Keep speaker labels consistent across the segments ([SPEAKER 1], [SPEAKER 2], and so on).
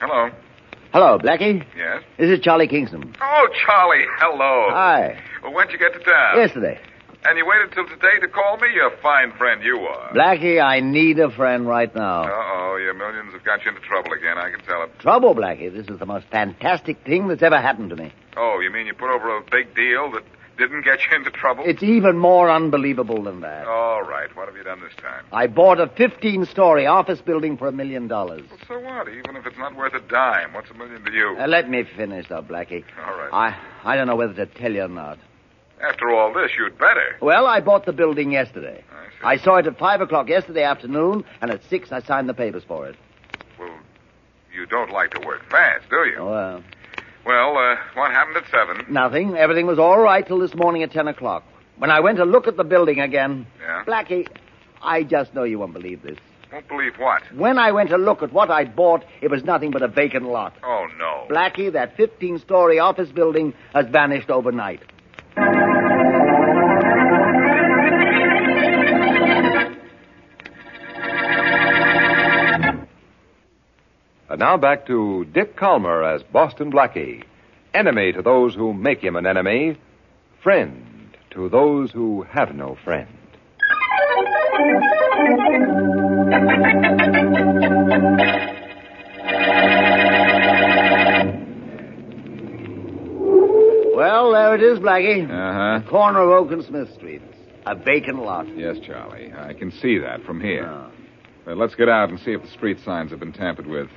[SPEAKER 1] Hello.
[SPEAKER 2] Hello, Blackie.
[SPEAKER 1] Yes?
[SPEAKER 2] This is Charlie Kingston.
[SPEAKER 1] Oh, Charlie, hello.
[SPEAKER 2] Hi.
[SPEAKER 1] Well, when'd you get to town?
[SPEAKER 2] Yesterday.
[SPEAKER 1] And you waited till today to call me? You fine friend you are.
[SPEAKER 2] Blackie, I need a friend right now.
[SPEAKER 1] Uh-oh, your millions have got you into trouble again. I can tell it.
[SPEAKER 2] Trouble, Blackie. This is the most fantastic thing that's ever happened to me.
[SPEAKER 1] Oh, you mean you put over a big deal that didn't get you into trouble?
[SPEAKER 2] It's even more unbelievable than that.
[SPEAKER 1] All right. What have you done this time?
[SPEAKER 2] I bought a 15 story office building for a million dollars.
[SPEAKER 1] Well, so what? Even if it's not worth a dime, what's a million to you?
[SPEAKER 2] Uh, let me finish, though, Blackie.
[SPEAKER 1] All right.
[SPEAKER 2] I, I don't know whether to tell you or not.
[SPEAKER 1] After all this, you'd better.
[SPEAKER 2] Well, I bought the building yesterday.
[SPEAKER 1] I see.
[SPEAKER 2] I saw it at 5 o'clock yesterday afternoon, and at 6 I signed the papers for it.
[SPEAKER 1] Well, you don't like to work fast, do you?
[SPEAKER 2] Oh, uh,
[SPEAKER 1] Well, uh, what happened at seven?
[SPEAKER 2] Nothing. Everything was all right till this morning at 10 o'clock. When I went to look at the building again,
[SPEAKER 1] Yeah?
[SPEAKER 2] Blackie, I just know you won't believe this.
[SPEAKER 1] Won't believe what?
[SPEAKER 2] When I went to look at what I'd bought, it was nothing but a vacant lot.
[SPEAKER 1] Oh, no.
[SPEAKER 2] Blackie, that 15 story office building has vanished overnight.
[SPEAKER 3] And now back to Dick Calmer as Boston Blackie. Enemy to those who make him an enemy, friend to those who have no friend.
[SPEAKER 2] Well, there it is, Blackie.
[SPEAKER 1] Uh-huh.
[SPEAKER 2] Corner of Oak and Smith Streets. A vacant lot.
[SPEAKER 1] Yes, Charlie. I can see that from here.
[SPEAKER 2] Ah.
[SPEAKER 1] Well, let's get out and see if the street signs have been tampered with.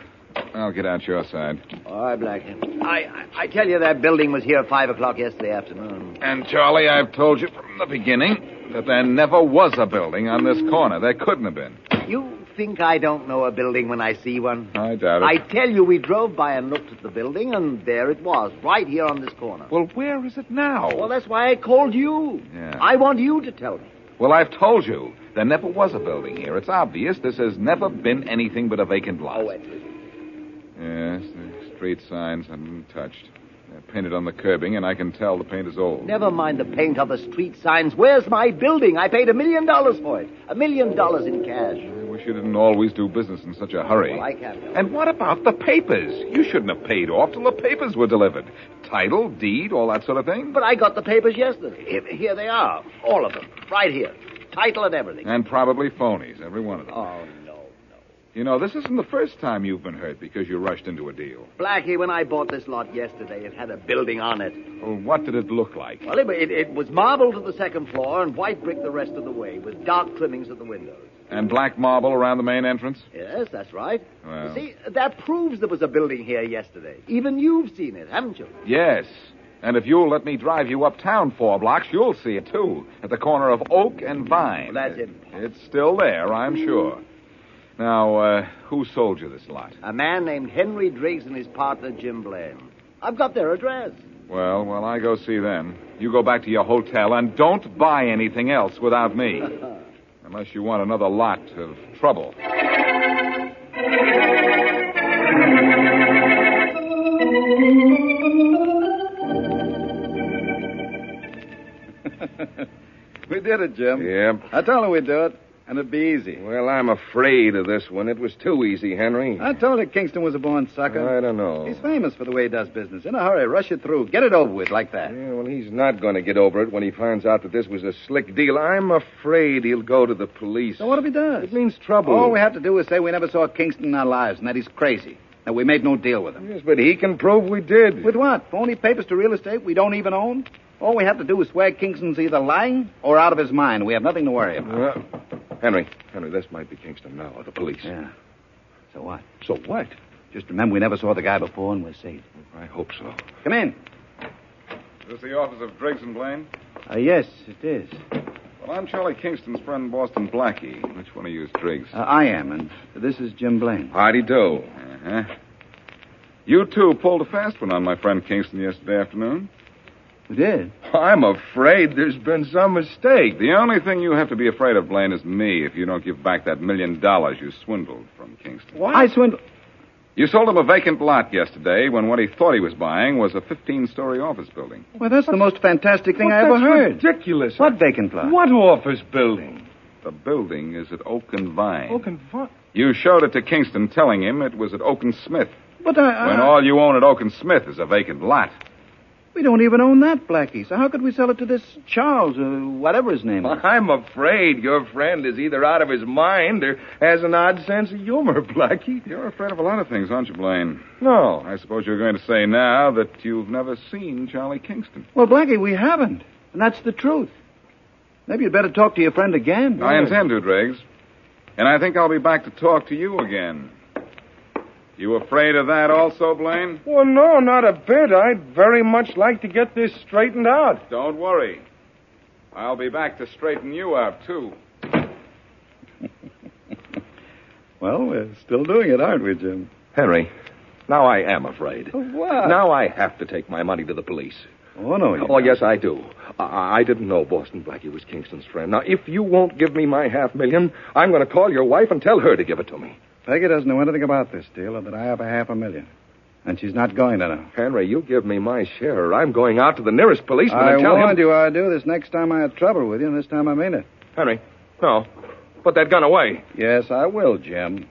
[SPEAKER 1] I'll get out your side.
[SPEAKER 2] All right, Blackie. I, I, I tell you, that building was here at 5 o'clock yesterday afternoon.
[SPEAKER 1] And, Charlie, I've told you from the beginning that there never was a building on this corner. There couldn't have been.
[SPEAKER 2] You think I don't know a building when I see one?
[SPEAKER 1] I doubt
[SPEAKER 2] I
[SPEAKER 1] it.
[SPEAKER 2] tell you, we drove by and looked at the building, and there it was, right here on this corner.
[SPEAKER 1] Well, where is it now?
[SPEAKER 2] Well, that's why I called you.
[SPEAKER 1] Yeah.
[SPEAKER 2] I want you to tell me.
[SPEAKER 1] Well, I've told you. There never was a building here. It's obvious this has never been anything but a vacant lot.
[SPEAKER 2] Oh, wait.
[SPEAKER 1] Yes, the street signs haven't been touched. They're painted on the curbing, and I can tell the paint is old.
[SPEAKER 2] Never mind the paint on the street signs. Where's my building? I paid a million dollars for it. A million dollars in cash.
[SPEAKER 1] I wish you didn't always do business in such a hurry.
[SPEAKER 2] Well, I can't help it.
[SPEAKER 1] And what about the papers? You shouldn't have paid off till the papers were delivered. Title, deed, all that sort of thing.
[SPEAKER 2] But I got the papers yesterday. Here, here they are. All of them. Right here. Title and everything.
[SPEAKER 1] And probably phonies, every one of them.
[SPEAKER 2] Oh, no.
[SPEAKER 1] You know, this isn't the first time you've been hurt because you rushed into a deal.
[SPEAKER 2] Blackie, when I bought this lot yesterday, it had a building on it.
[SPEAKER 1] Well, what did it look like?
[SPEAKER 2] Well, it, it, it was marble to the second floor and white brick the rest of the way, with dark trimmings at the windows.
[SPEAKER 1] And black marble around the main entrance?
[SPEAKER 2] Yes, that's right.
[SPEAKER 1] Well.
[SPEAKER 2] You see, that proves there was a building here yesterday. Even you've seen it, haven't you?
[SPEAKER 1] Yes. And if you'll let me drive you uptown four blocks, you'll see it, too, at the corner of Oak and Vine.
[SPEAKER 2] Well, that's impossible.
[SPEAKER 1] It's still there, I'm sure. Now, uh, who sold you this lot?
[SPEAKER 2] A man named Henry Driggs and his partner Jim Blaine. I've got their address.
[SPEAKER 1] Well, well, I go see them. You go back to your hotel and don't buy anything else without me. Unless you want another lot of trouble.
[SPEAKER 4] We did it, Jim.
[SPEAKER 1] Yep.
[SPEAKER 4] I told him we'd do it. and it'd be easy.
[SPEAKER 5] Well, I'm afraid of this one. It was too easy,
[SPEAKER 2] Uh,
[SPEAKER 5] Henry.
[SPEAKER 4] I told you Kingston was a born sucker.
[SPEAKER 5] I don't know.
[SPEAKER 4] He's famous for the way he does business. In a hurry, rush it through. Get it over with like that.
[SPEAKER 5] Yeah, well, he's not going to get over it when he finds out that this was a slick deal. I'm afraid he'll go to the police.
[SPEAKER 4] So what if he does?
[SPEAKER 5] It means trouble.
[SPEAKER 4] All we have to do is say we never saw Kingston in our lives and that he's crazy. That we made no deal with him.
[SPEAKER 5] Yes, but he can prove we did.
[SPEAKER 4] With what? Phony papers to real estate we don't even own? All we have to do is swear Kingston's either lying or out of his mind. We have nothing to worry about.
[SPEAKER 5] Uh, Henry, Henry, this might be Kingston now, or the police.
[SPEAKER 4] Yeah. So what?
[SPEAKER 5] So what?
[SPEAKER 4] Just remember we never saw the guy before and we're safe.
[SPEAKER 5] I hope so.
[SPEAKER 4] Come in.
[SPEAKER 1] Is this the office of Briggs and Blaine?
[SPEAKER 4] Uh, yes, it is.
[SPEAKER 1] Well, I'm Charlie Kingston's friend, Boston Blackie. Which one of you is Driggs?
[SPEAKER 4] Uh,
[SPEAKER 5] Uh-huh.
[SPEAKER 4] I am, and this is Jim Blaine.
[SPEAKER 5] Hardy do.
[SPEAKER 1] Uh-huh. You two pulled a fast one on my friend Kingston yesterday afternoon.
[SPEAKER 4] We did.
[SPEAKER 5] I'm afraid there's been some mistake.
[SPEAKER 1] The only thing you have to be afraid of, Blaine, is me if you don't give back that million dollars you swindled from Kingston.
[SPEAKER 4] I swindled.
[SPEAKER 1] You sold him a vacant lot yesterday when what he thought he was buying was a 15 story office building.
[SPEAKER 4] Well, that's the most fantastic thing I ever
[SPEAKER 5] Well,
[SPEAKER 4] heard.
[SPEAKER 5] that's ridiculous.
[SPEAKER 4] What vacant lot?
[SPEAKER 5] What office building?
[SPEAKER 1] The building is at Oak and Vine.
[SPEAKER 5] Oh, confi-
[SPEAKER 1] You showed it to Kingston, telling him it was at Oak and Smith.
[SPEAKER 4] But I, I-
[SPEAKER 1] When all you own at Oak and Smith is a vacant lot.
[SPEAKER 4] we don't even own that, Blackie. So how could we sell it to this Charles or whatever his name is?
[SPEAKER 5] I'm afraid your friend is either out of his mind or has an odd sense of humor, Blackie.
[SPEAKER 1] You're afraid of a lot of things, aren't you, Blaine?
[SPEAKER 5] No.
[SPEAKER 1] I suppose you're going to say now that you've never seen Charlie Kingston.
[SPEAKER 4] Well, Blackie, we haven't, and that's the truth. Maybe you'd better talk to your friend again.
[SPEAKER 1] I intend to, Driggs. And I think I'll be back to talk to you again. You afraid of that also, Blaine?
[SPEAKER 5] Well, no, not a bit. I'd very much like to get this straightened out.
[SPEAKER 1] Don't worry. I'll be back to straighten you out, too.
[SPEAKER 4] Well, we're still doing it, aren't we, Jim?
[SPEAKER 5] Henry, now I am afraid.
[SPEAKER 4] What?
[SPEAKER 5] Now I have to take my money to the police.
[SPEAKER 4] Oh no. you
[SPEAKER 5] Oh, yes, I do. I, I didn't know Boston Blackie was Kingston's friend. Now, if you won't give me my half million, I'm going to call your wife and tell her to give it to me.
[SPEAKER 4] Peggy doesn't know anything about this deal, or that I have a half a million. And she's not going to know.
[SPEAKER 5] Henry, you give me my share, or I'm going out to the nearest policeman
[SPEAKER 4] I
[SPEAKER 5] and tell
[SPEAKER 4] warned
[SPEAKER 5] him.
[SPEAKER 4] you I'd do this next time I had trouble with you, and this time I mean it.
[SPEAKER 5] Henry, no. Put that gun away.
[SPEAKER 4] Yes, I will, Jim.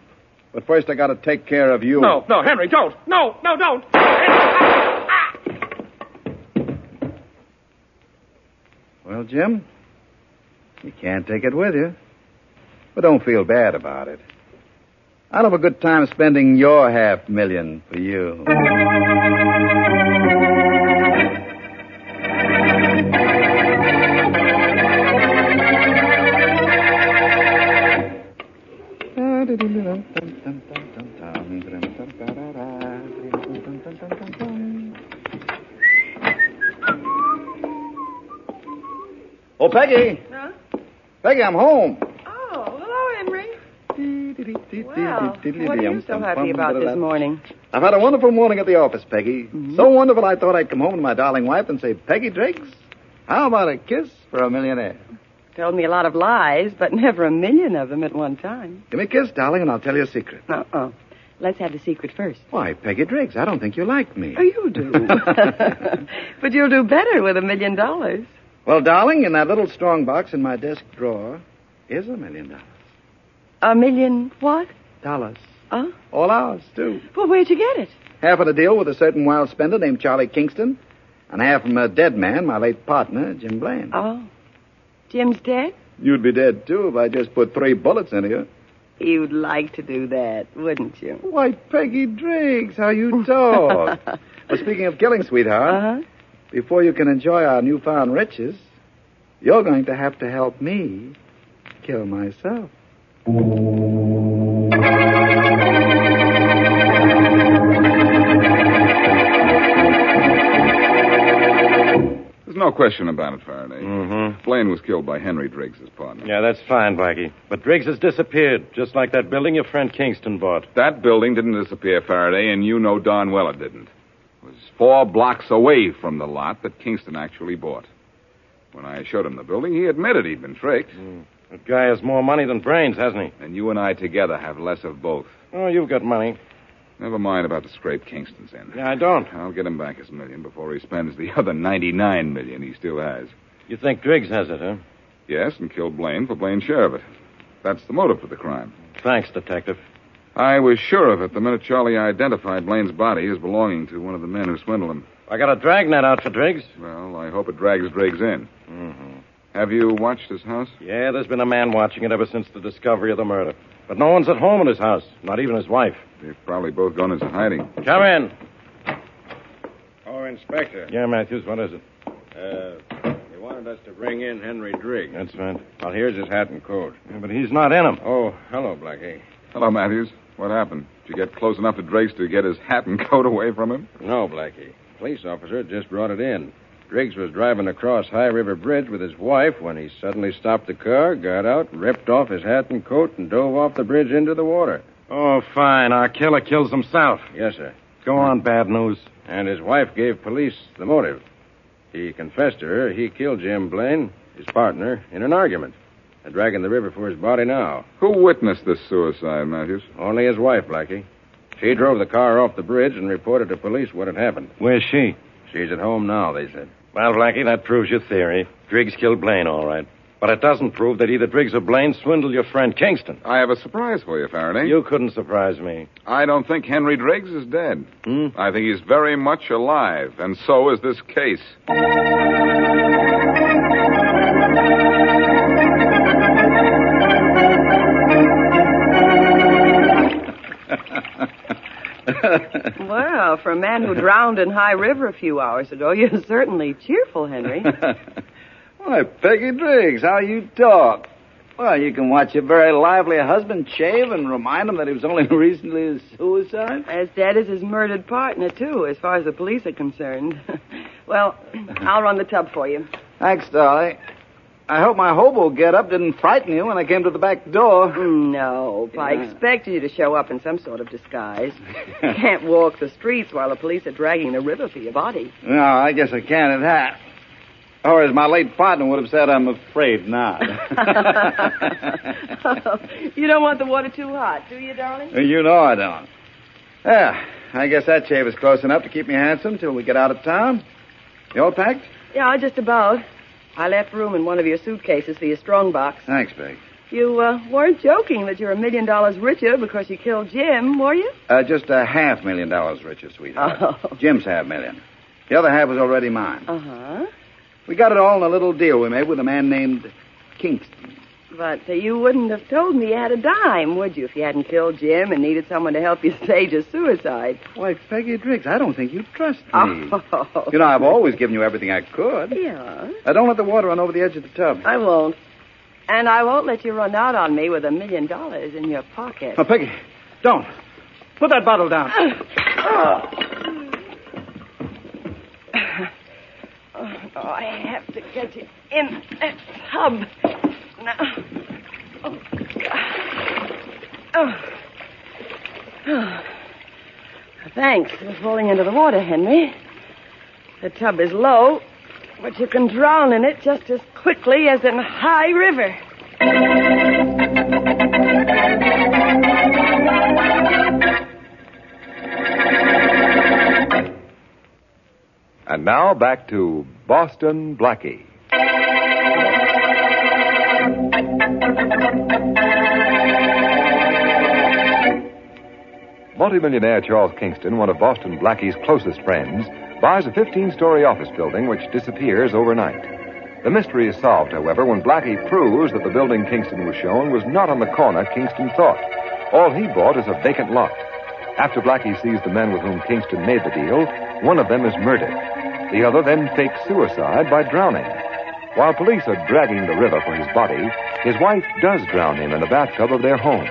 [SPEAKER 4] But first I gotta take care of you.
[SPEAKER 5] No, no, Henry, don't. No, no, don't.
[SPEAKER 4] Well, Jim, you can't take it with you. But don't feel bad about it. I'll have a good time spending your half million for you. Oh, Peggy!
[SPEAKER 6] Huh?
[SPEAKER 4] Peggy, I'm home.
[SPEAKER 6] Oh, hello, Henry. Well, what are you so happy about this morning?
[SPEAKER 4] I've had a wonderful morning at the office, Peggy. So wonderful, I thought I'd come home to my darling wife and say, Peggy Driggs, how about a kiss for a millionaire?
[SPEAKER 6] Told me a lot of lies, but never a million of them at one time.
[SPEAKER 4] Give me a kiss, darling, and I'll tell you a secret.
[SPEAKER 6] Uh-oh. Let's have the secret first.
[SPEAKER 4] Why, Peggy Driggs, I don't think you like me.
[SPEAKER 6] Oh, you do. but you'll do better with a million dollars.
[SPEAKER 4] Well, darling, in that little strong box in my desk drawer is a million dollars.
[SPEAKER 6] A million what?
[SPEAKER 4] Dollars.
[SPEAKER 6] Huh?
[SPEAKER 4] All ours, too.
[SPEAKER 6] Well, where'd you get it?
[SPEAKER 4] Half of a deal with a certain wild spender named Charlie Kingston, and half from a dead man, my late partner, Jim Blaine.
[SPEAKER 6] Oh. Jim's dead?
[SPEAKER 4] You'd be dead, too, if I just put three bullets into you.
[SPEAKER 6] You'd like to do that, wouldn't you?
[SPEAKER 4] Why, Peggy Driggs, how you talk. well, speaking of killing, sweetheart,
[SPEAKER 6] Uh-huh.
[SPEAKER 4] before you can enjoy our newfound riches, you're going to have to help me kill myself.
[SPEAKER 1] There's no question about it, Faraday.
[SPEAKER 7] Mm-hmm.
[SPEAKER 1] Blaine was killed by Henry Driggs' partner.
[SPEAKER 7] Yeah, that's fine, Blackie. But Driggs has disappeared, just like that building your friend Kingston bought.
[SPEAKER 1] That building didn't disappear, Faraday, and you know darn well it didn't. It was four blocks away from the lot that Kingston actually bought. When I showed him the building, he admitted he'd been tricked.
[SPEAKER 7] That guy has more money than brains, hasn't he?
[SPEAKER 1] And you and I together have less of both.
[SPEAKER 7] Oh, you've got money.
[SPEAKER 1] Never mind about the scrape Kingston's in.
[SPEAKER 7] Yeah, I don't.
[SPEAKER 1] I'll get him back his million before he spends the other 99 million he still has.
[SPEAKER 7] You think Driggs has it, huh?
[SPEAKER 1] Yes, and killed Blaine for Blaine's share of it. That's the motive for the crime.
[SPEAKER 8] Thanks, Detective.
[SPEAKER 1] I was sure of it the minute Charlie identified Blaine's body as belonging to one of the men who swindled him.
[SPEAKER 8] I got a dragnet out for Driggs.
[SPEAKER 1] Well, I hope it drags Drake's in.
[SPEAKER 7] Mm-hmm.
[SPEAKER 1] Have you watched his house?
[SPEAKER 8] Yeah, there's been a man watching it ever since the discovery of the murder. But no one's at home in his house, not even his wife.
[SPEAKER 1] They've probably both gone into hiding.
[SPEAKER 8] Come in.
[SPEAKER 7] Oh, Inspector.
[SPEAKER 8] Yeah, Matthews, what is it?
[SPEAKER 7] Uh, they wanted us to bring in Henry Driggs.
[SPEAKER 8] That's right.
[SPEAKER 7] Well, here's his hat and coat.
[SPEAKER 8] Yeah, but he's not in him.
[SPEAKER 7] Oh, hello, Blackie.
[SPEAKER 1] Hello, Matthews. What happened? Did you get close enough to Drake's to get his hat and coat away from him?
[SPEAKER 7] No, Blackie. Police officer just brought it in. Driggs was driving across High River Bridge with his wife when he suddenly stopped the car, got out, ripped off his hat and coat, and dove off the bridge into the water.
[SPEAKER 8] Oh, fine. Our killer kills himself.
[SPEAKER 7] Yes, sir.
[SPEAKER 8] Go on, bad news.
[SPEAKER 7] And his wife gave police the motive. He confessed to her he killed Jim Blaine, his partner, in an argument. They're dragging the river for his body now.
[SPEAKER 1] Who witnessed this suicide, Matthews?
[SPEAKER 7] Only his wife, Blackie. She drove the car off the bridge and reported to police what had happened.
[SPEAKER 8] Where's she?
[SPEAKER 7] She's at home now, they said.
[SPEAKER 8] Well, Blackie, that proves your theory. Driggs killed Blaine, all right. But it doesn't prove that either Driggs or Blaine swindled your friend Kingston.
[SPEAKER 1] I have a surprise for you, Faraday.
[SPEAKER 8] You couldn't surprise me.
[SPEAKER 1] I don't think Henry Driggs is dead.
[SPEAKER 8] Hmm?
[SPEAKER 1] I think he's very much alive, and so is this case.
[SPEAKER 6] Well, for a man who drowned in High River a few hours ago, you're certainly cheerful, Henry.
[SPEAKER 4] Why, Peggy Driggs, how you talk. Well, you can watch your very lively husband shave and remind him that he was only recently a suicide.
[SPEAKER 6] As dead as his murdered partner, too, as far as the police are concerned. well, I'll run the tub for you.
[SPEAKER 4] Thanks, Dolly. I hope my hobo get up didn't frighten you when I came to the back door.
[SPEAKER 6] No, I
[SPEAKER 4] Yeah.
[SPEAKER 6] expected you to show up in some sort of disguise. you can't walk the streets while the police are dragging a river for your body.
[SPEAKER 4] No, I guess I can at that. Or as my late partner would have said, I'm afraid not.
[SPEAKER 6] you don't want the water too hot, do you, darling?
[SPEAKER 4] you know I don't. Yeah, I guess that shave is close enough to keep me handsome till we get out of town. You all packed?
[SPEAKER 6] Yeah, just about. I left room in one of your suitcases for your strong box.
[SPEAKER 4] Thanks, Peg.
[SPEAKER 6] You uh, weren't joking that you're a million dollars richer because you killed Jim, were you?
[SPEAKER 4] Uh, just a half million dollars richer, sweetheart. Jim's half million. The other half was already mine.
[SPEAKER 6] Uh huh.
[SPEAKER 4] We got it all in a little deal we made with a man named Kingston.
[SPEAKER 6] But uh, you wouldn't have told me you had a dime, would you, if you hadn't killed Jim and needed someone to help you stage a suicide?
[SPEAKER 4] Why, Peggy Driggs, I don't think you trust me.
[SPEAKER 6] Oh.
[SPEAKER 4] You know, I've always given you everything I could.
[SPEAKER 6] Yeah.
[SPEAKER 4] I don't let the water run over the edge of the tub.
[SPEAKER 6] I won't. And I won't let you run out on me with a million dollars in your pocket.
[SPEAKER 4] Now, Peggy, don't. Put that bottle down.
[SPEAKER 6] Oh, I have to get you in that tub. Now. Oh, God. Oh. Oh. Thanks for falling into the water, Henry. The tub is low, but you can drown in it just as quickly as in high river.
[SPEAKER 5] And now back to Boston Blackie. Multimillionaire Charles Kingston, one of Boston Blackie's closest friends, buys a 15 story office building which disappears overnight. The mystery is solved, however, when Blackie proves that the building Kingston was shown was not on the corner Kingston thought. All he bought is a vacant lot. After Blackie sees the men with whom Kingston made the deal, one of them is murdered. The other then fakes suicide by drowning. While police are dragging the river for his body, his wife does drown him in the bathtub of their home.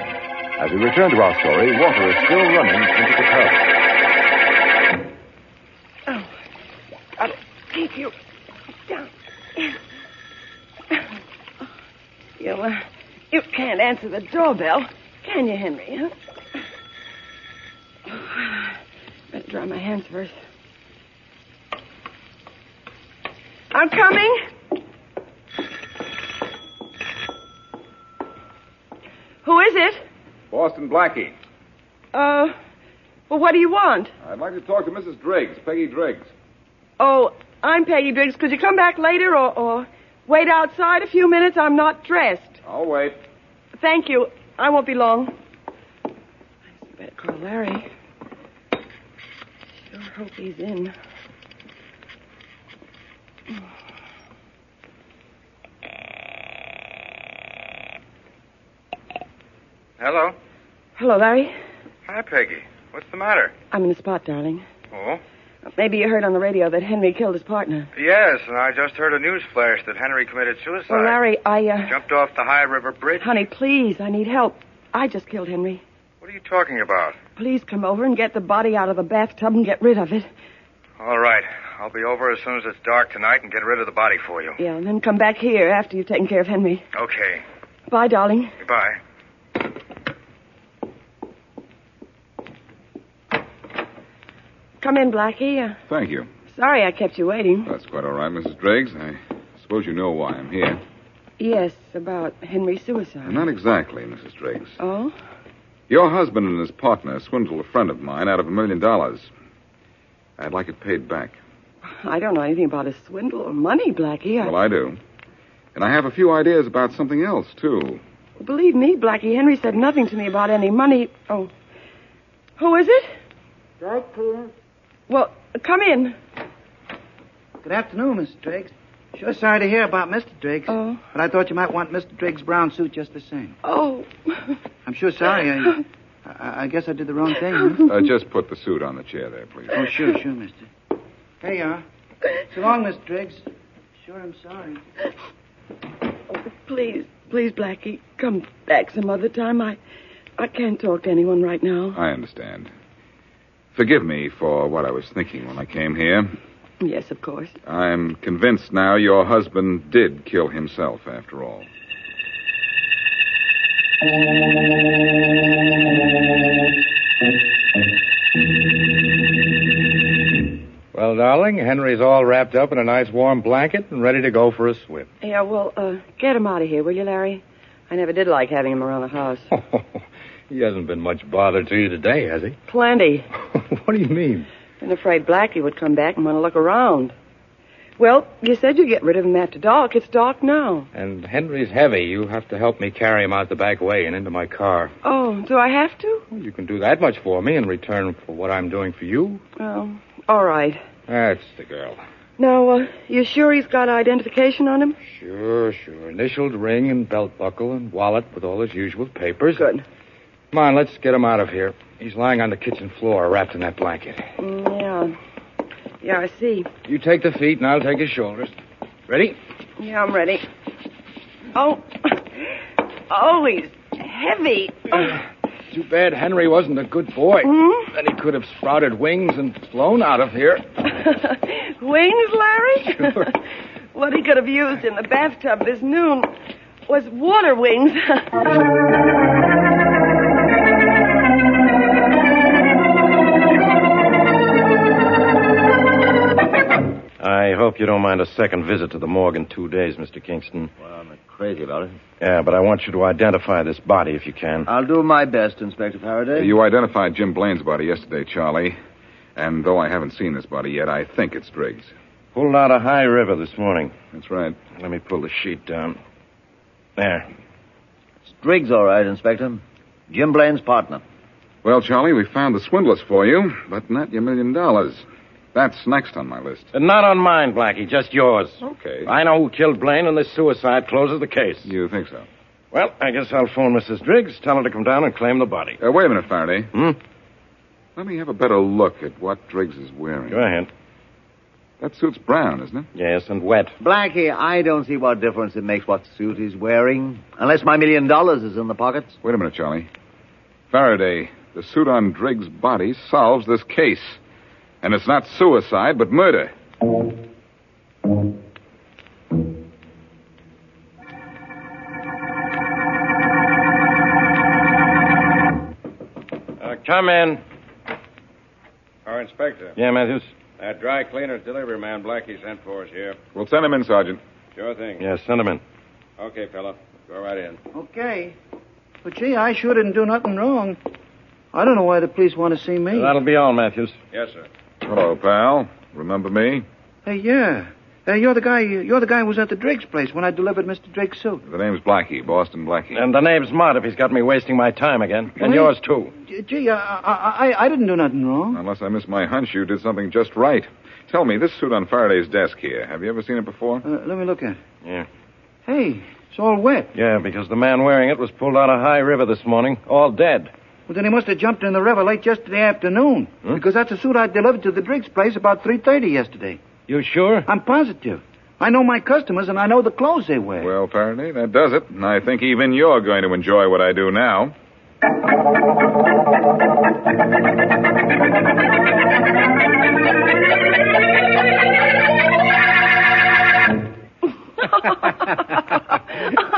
[SPEAKER 5] As we return to our story, water is still running into the tub.
[SPEAKER 6] I'll keep you down. You, uh, you can't answer the doorbell, can you, Henry? Huh? Better dry my hands first. I'm coming. Who is it?
[SPEAKER 1] Boston Blackie.
[SPEAKER 6] Uh, well, what do you want?
[SPEAKER 1] I'd like to talk to Mrs. Driggs, Peggy Driggs.
[SPEAKER 6] Oh, I'm Peggy Driggs. Could you come back later or, or wait outside a few minutes? I'm not dressed.
[SPEAKER 1] I'll wait.
[SPEAKER 6] Thank you. I won't be long. I better call Larry. Sure hope he's in.
[SPEAKER 9] Hello.
[SPEAKER 6] Hello, Larry.
[SPEAKER 9] Hi, Peggy. What's the matter?
[SPEAKER 6] I'm in the spot, darling.
[SPEAKER 9] Oh?
[SPEAKER 6] Maybe you heard on the radio that Henry killed his partner.
[SPEAKER 9] Yes, and I just heard a news flash that Henry committed suicide.
[SPEAKER 6] Well, Larry, I, uh.
[SPEAKER 9] Jumped off the High River Bridge.
[SPEAKER 6] Honey, please, I need help. I just killed Henry.
[SPEAKER 9] What are you talking about?
[SPEAKER 6] Please come over and get the body out of the bathtub and get rid of it.
[SPEAKER 9] All right. I'll be over as soon as it's dark tonight and get rid of the body for you.
[SPEAKER 6] Yeah, and then come back here after you've taken care of Henry.
[SPEAKER 9] Okay.
[SPEAKER 6] Bye, darling.
[SPEAKER 9] Goodbye.
[SPEAKER 6] Come in, Blackie. Uh,
[SPEAKER 1] Thank you.
[SPEAKER 6] sorry I kept you waiting.
[SPEAKER 1] That's quite all right, Mrs. Driggs. I suppose you know why I'm here.
[SPEAKER 6] Yes, about Henry's suicide.
[SPEAKER 1] Not exactly, Mrs. Driggs.
[SPEAKER 6] Oh?
[SPEAKER 1] Your husband and his partner swindled a friend of mine out of a million dollars. I'd like it paid back.
[SPEAKER 6] I don't know anything about a swindle or money, Blackie. I...
[SPEAKER 1] Well, I do. And I have a few ideas about something else, too.
[SPEAKER 6] Believe me, Blackie, Henry said nothing to me about any money. Oh. Who is it?
[SPEAKER 10] Right, Peter.
[SPEAKER 6] Well, come in.
[SPEAKER 10] Good afternoon, Mr. Driggs. Sure sorry to hear about Mr. Driggs.
[SPEAKER 6] Oh.
[SPEAKER 10] But I thought you might want Mr. Driggs' brown suit just the same.
[SPEAKER 6] Oh.
[SPEAKER 10] I'm sure sorry. I, I, I guess I did the wrong thing. huh?
[SPEAKER 1] Uh, just put the suit on the chair there, please.
[SPEAKER 10] Oh, sure, sure, mister. There you are. So long, Mr. Driggs. Sure, I'm sorry.
[SPEAKER 6] Please, please, Blackie, come back some other time. I, I can't talk to anyone right now.
[SPEAKER 1] I understand. Forgive me for what I was thinking when I came here.
[SPEAKER 6] Yes, of course.
[SPEAKER 1] I'm convinced now your husband did kill himself, after all.
[SPEAKER 8] Well, darling, Henry's all wrapped up in a nice warm blanket and ready to go for a swim.
[SPEAKER 6] Yeah, well, uh, get him out of here, will you, Larry? I never did like having him around the house.
[SPEAKER 8] Oh. he hasn't been much bother to you today, has he?
[SPEAKER 6] Plenty.
[SPEAKER 8] what do you mean?
[SPEAKER 6] Been afraid Blackie would come back and want to look around. Well, you said you'd get rid of him after dark. It's dark now.
[SPEAKER 8] And Henry's heavy. You have to help me carry him out the back way and into my car.
[SPEAKER 6] Oh, do I have to?
[SPEAKER 8] Well, you can do that much for me in return for what I'm doing for you.
[SPEAKER 6] Oh, all right.
[SPEAKER 8] That's the girl.
[SPEAKER 6] Now, uh, you sure he's got identification on him?
[SPEAKER 8] Sure, sure. Initialed ring and belt buckle and wallet with all his usual papers.
[SPEAKER 6] Good.
[SPEAKER 8] Come on, let's get him out of here. He's lying on the kitchen floor wrapped in that blanket.
[SPEAKER 6] Mm, yeah. Yeah, I see.
[SPEAKER 8] You take the feet and I'll take his shoulders. Ready?
[SPEAKER 6] Yeah, I'm ready. Oh, oh, he's heavy. Oh,
[SPEAKER 8] Too bad Henry wasn't a good boy.
[SPEAKER 6] Hmm?
[SPEAKER 8] Then he could have sprouted wings and flown out of here.
[SPEAKER 6] Wings, Larry?
[SPEAKER 8] Sure.
[SPEAKER 6] what he could have used in the bathtub this noon was water wings.
[SPEAKER 7] I hope you don't mind a second visit to the morgue in two days, Mr. Kingston.
[SPEAKER 11] Well, I'm not crazy about it.
[SPEAKER 7] Yeah, but I want you to identify this body if you can.
[SPEAKER 11] I'll do my best, Inspector Faraday.
[SPEAKER 1] You identified Jim Blaine's body yesterday, Charlie. And though I haven't seen this body yet, I think it's Driggs.
[SPEAKER 7] Pulled out of High River this morning.
[SPEAKER 1] That's right.
[SPEAKER 7] Let me pull the sheet down. There.
[SPEAKER 11] It's Driggs, all right, Inspector. Jim Blaine's partner.
[SPEAKER 1] Well, Charlie, we found the swindlers for you, but not your million dollars. That's next on my list.
[SPEAKER 7] And Uh, not on mine, Blackie, just yours.
[SPEAKER 1] Okay.
[SPEAKER 7] I know who killed Blaine, and this suicide closes the case.
[SPEAKER 1] You think so?
[SPEAKER 7] Well, I guess I'll phone Mrs. Driggs, tell her to come down and claim the body.
[SPEAKER 1] Uh, wait a minute, Faraday.
[SPEAKER 7] Hmm?
[SPEAKER 1] Let me have a better look at what Driggs is wearing.
[SPEAKER 7] Go ahead.
[SPEAKER 1] That suit's brown, isn't it?
[SPEAKER 7] Yes, and wet.
[SPEAKER 11] Blackie, I don't see what difference it makes what suit he's wearing, unless my million dollars is in the pockets.
[SPEAKER 1] Wait a minute, Charlie. Faraday, the suit on Driggs' body solves this case. And it's not suicide, but murder.
[SPEAKER 7] Uh, come in.
[SPEAKER 8] Our inspector.
[SPEAKER 7] Yeah, Matthews?
[SPEAKER 8] That dry cleaner's delivery man Blackie sent for is here.
[SPEAKER 1] We'll send him in, Sergeant.
[SPEAKER 8] Sure thing.
[SPEAKER 7] Yeah, send him in.
[SPEAKER 8] Okay, fella. Go right in.
[SPEAKER 10] Okay. But gee, I sure didn't do nothing wrong. I don't know why the police want to see me.
[SPEAKER 7] That'll be all, Matthews.
[SPEAKER 8] Yes, sir.
[SPEAKER 1] Hello, pal. Remember me?
[SPEAKER 10] Hey, yeah. Uh, you're the guy. You're the guy who was at the Drake's place when I delivered Mr. Drake's suit.
[SPEAKER 1] The name's Blackie, Boston Blackie.
[SPEAKER 7] And the name's Mott if he's got me wasting my time again. And
[SPEAKER 10] Wait.
[SPEAKER 7] yours, too.
[SPEAKER 10] G- Gee, I, I, I, I didn't do nothing wrong.
[SPEAKER 1] Unless I miss my hunch, you did something just right. Tell me, this suit on Faraday's desk here, have you ever seen it before?
[SPEAKER 8] Oh.
[SPEAKER 10] Uh, let me look at it.
[SPEAKER 7] Yeah.
[SPEAKER 10] Hey, it's all wet.
[SPEAKER 7] Yeah, because the man wearing it was pulled out of High River this morning, all dead.
[SPEAKER 10] Well, then he must have jumped in the river late yesterday afternoon. Because that's the suit I delivered to the Drake's place about 3.30 yesterday.
[SPEAKER 7] You sure?
[SPEAKER 10] I'm positive. I know my customers and I know the clothes they wear.
[SPEAKER 1] Well, Faraday, that does it. And I think even you're going to enjoy what I do now.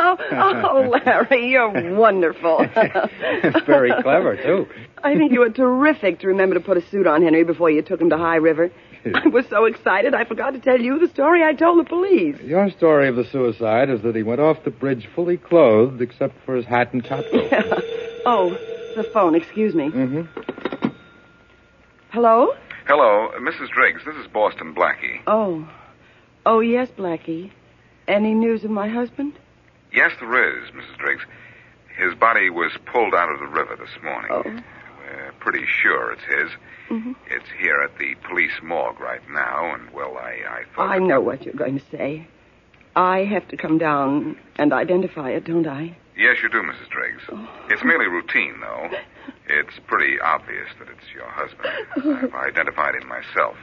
[SPEAKER 6] Oh, oh, Larry, you're wonderful.
[SPEAKER 8] Very clever, too.
[SPEAKER 6] I think you were terrific to remember to put a suit on Henry before you took him to High River. I was so excited I forgot to tell you the story I told the police.
[SPEAKER 8] Your story of the suicide is that he went off the bridge fully clothed except for his hat and topcoat.
[SPEAKER 6] Oh, the phone, excuse me. Mm-hmm. Hello?
[SPEAKER 1] Hello, Mrs. Driggs. This is Boston Blackie.
[SPEAKER 6] Oh. Oh, yes, Blackie. Any news of my husband?
[SPEAKER 1] Yes, there is, Mrs. Driggs. His body was pulled out of the river this morning. We're pretty sure it's his.
[SPEAKER 6] Mhm.
[SPEAKER 1] It's here at the police morgue right now, and, well, I, I thought.
[SPEAKER 6] I know what you're going to say. I have to come down and identify it, don't I?
[SPEAKER 1] Yes, you do, Mrs. Driggs. It's merely routine, though. It's pretty obvious that it's your husband. I've identified him myself.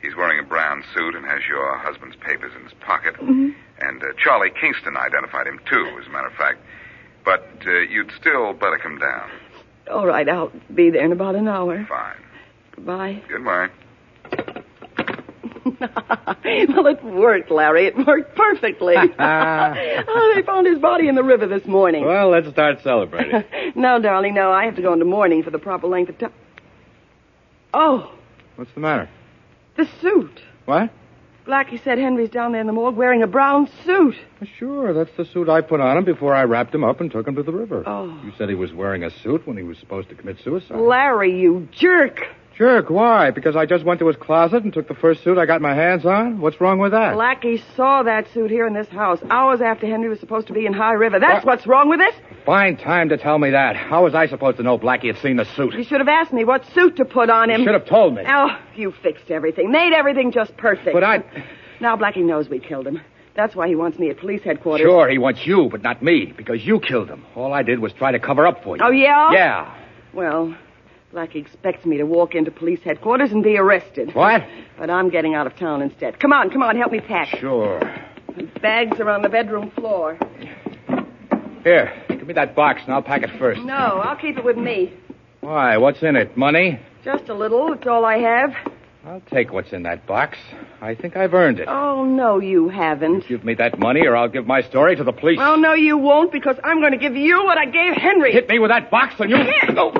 [SPEAKER 1] He's wearing a brown suit and has your husband's papers in his pocket. And uh, Charlie Kingston identified him, too, as a matter of fact. But uh, you'd still better come down.
[SPEAKER 6] All right, I'll be there in about an hour.
[SPEAKER 1] Fine.
[SPEAKER 6] Goodbye.
[SPEAKER 1] Goodbye.
[SPEAKER 6] well, it worked, Larry. It worked perfectly. oh, they found his body in the river this morning.
[SPEAKER 8] Well, let's start celebrating.
[SPEAKER 6] No, darling, no. I have to go into mourning for the proper length of time. Oh,
[SPEAKER 8] What's the matter?
[SPEAKER 6] the suit.
[SPEAKER 8] What?
[SPEAKER 6] Blackie said Henry's down there in the morgue wearing a brown suit.
[SPEAKER 8] Sure, that's the suit I put on him before I wrapped him up and took him to the river.
[SPEAKER 6] Oh.
[SPEAKER 8] You said he was wearing a suit when he was supposed to commit suicide.
[SPEAKER 6] Larry, you jerk.
[SPEAKER 8] Jerk, why? Because I just went to his closet and took the first suit I got my hands on? What's wrong with that?
[SPEAKER 6] Blackie saw that suit here in this house hours after Henry was supposed to be in High River. That's what's wrong with it.
[SPEAKER 8] Fine time to tell me that. How was I supposed to know Blackie had seen the suit?
[SPEAKER 6] You should have asked me what suit to put on him.
[SPEAKER 8] You should have told me.
[SPEAKER 6] Oh, you fixed everything. Made everything just perfect.
[SPEAKER 8] But I-
[SPEAKER 6] Now Blackie knows we killed him. That's why he wants me at police headquarters.
[SPEAKER 8] Sure, he wants you, but not me, because you killed him. All I did was try to cover up for you.
[SPEAKER 6] Oh, yeah?
[SPEAKER 8] Yeah.
[SPEAKER 6] Well, Blackie expects me to walk into police headquarters and be arrested.
[SPEAKER 8] What?
[SPEAKER 6] But I'm getting out of town instead. Come on, come on, help me pack.
[SPEAKER 8] Sure.
[SPEAKER 6] Bags are on the bedroom floor.
[SPEAKER 8] Here, give me that box and I'll pack it first.
[SPEAKER 6] No, I'll keep it with me.
[SPEAKER 8] Why? What's in it? Money?
[SPEAKER 6] Just a little. It's all I have.
[SPEAKER 8] I'll take what's in that box. I think I've earned it.
[SPEAKER 6] Oh, no, you haven't.
[SPEAKER 8] Give me that money or I'll give my story to the police.
[SPEAKER 6] Oh, no, you won't, because I'm going to give you what I gave Henry.
[SPEAKER 8] Hit me with that box and you. Go.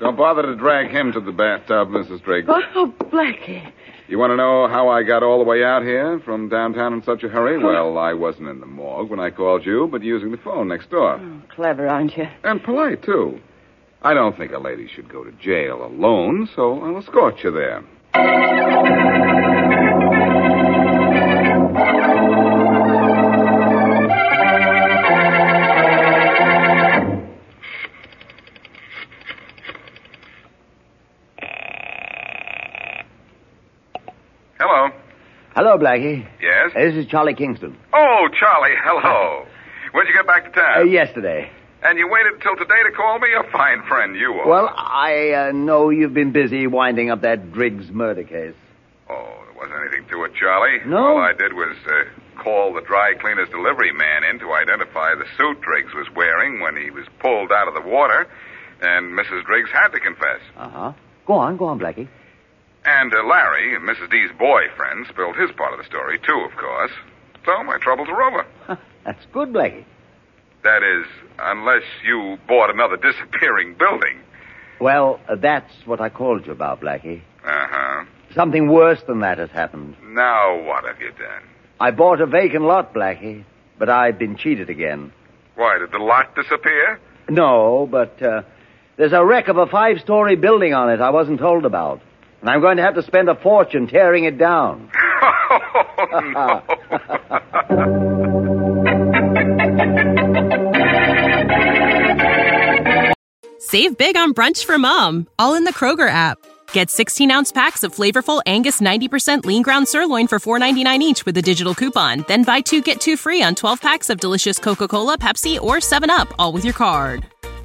[SPEAKER 1] Don't bother to drag him to the bathtub, Mrs. Driggs.
[SPEAKER 6] Oh, Blackie.
[SPEAKER 1] You want to know how I got all the way out here from downtown in such a hurry? Well, I wasn't in the morgue when I called you, but using the phone next door.
[SPEAKER 6] Clever, aren't you?
[SPEAKER 1] And polite, too. I don't think a lady should go to jail alone, so I'll escort you there. Hello.
[SPEAKER 11] Hello, Blackie.
[SPEAKER 1] Yes?
[SPEAKER 11] Uh, This is Charlie Kingston.
[SPEAKER 1] Oh, Charlie, hello. When'd you get back to town?
[SPEAKER 11] Uh, yesterday.
[SPEAKER 1] And you waited till today to call me? A fine friend you are.
[SPEAKER 11] Well, I uh, know you've been busy winding up that Driggs murder case.
[SPEAKER 1] Oh, there wasn't anything to it, Charlie.
[SPEAKER 11] No?
[SPEAKER 1] All I did was uh, call the dry cleaner's delivery man in to identify the suit Driggs was wearing when he was pulled out of the water, and Mrs. Driggs had to confess.
[SPEAKER 11] Uh huh. Go on, go on, Blackie.
[SPEAKER 1] And uh, Larry, Mrs. D's boyfriend, spilled his part of the story, too, of course. So my troubles are over.
[SPEAKER 11] That's good, Blackie.
[SPEAKER 1] That is, unless you bought another disappearing building.
[SPEAKER 11] Well, uh, that's what I called you about, Blackie.
[SPEAKER 1] Uh huh.
[SPEAKER 11] Something worse than that has happened.
[SPEAKER 1] Now what have you done?
[SPEAKER 11] I bought a vacant lot, Blackie, but I've been cheated again.
[SPEAKER 1] Why, did the lot disappear?
[SPEAKER 11] No, but uh, there's a wreck of a five story building on it I wasn't told about. And I'm going to have to spend a fortune tearing it down.
[SPEAKER 1] Oh,
[SPEAKER 12] Save big on brunch for mom, all in the Kroger app. Get 16 ounce packs of flavorful Angus 90% lean ground sirloin for $4.99 each with a digital coupon. Then buy two get two free on 12 packs of delicious Coca Cola, Pepsi, or 7UP, all with your card.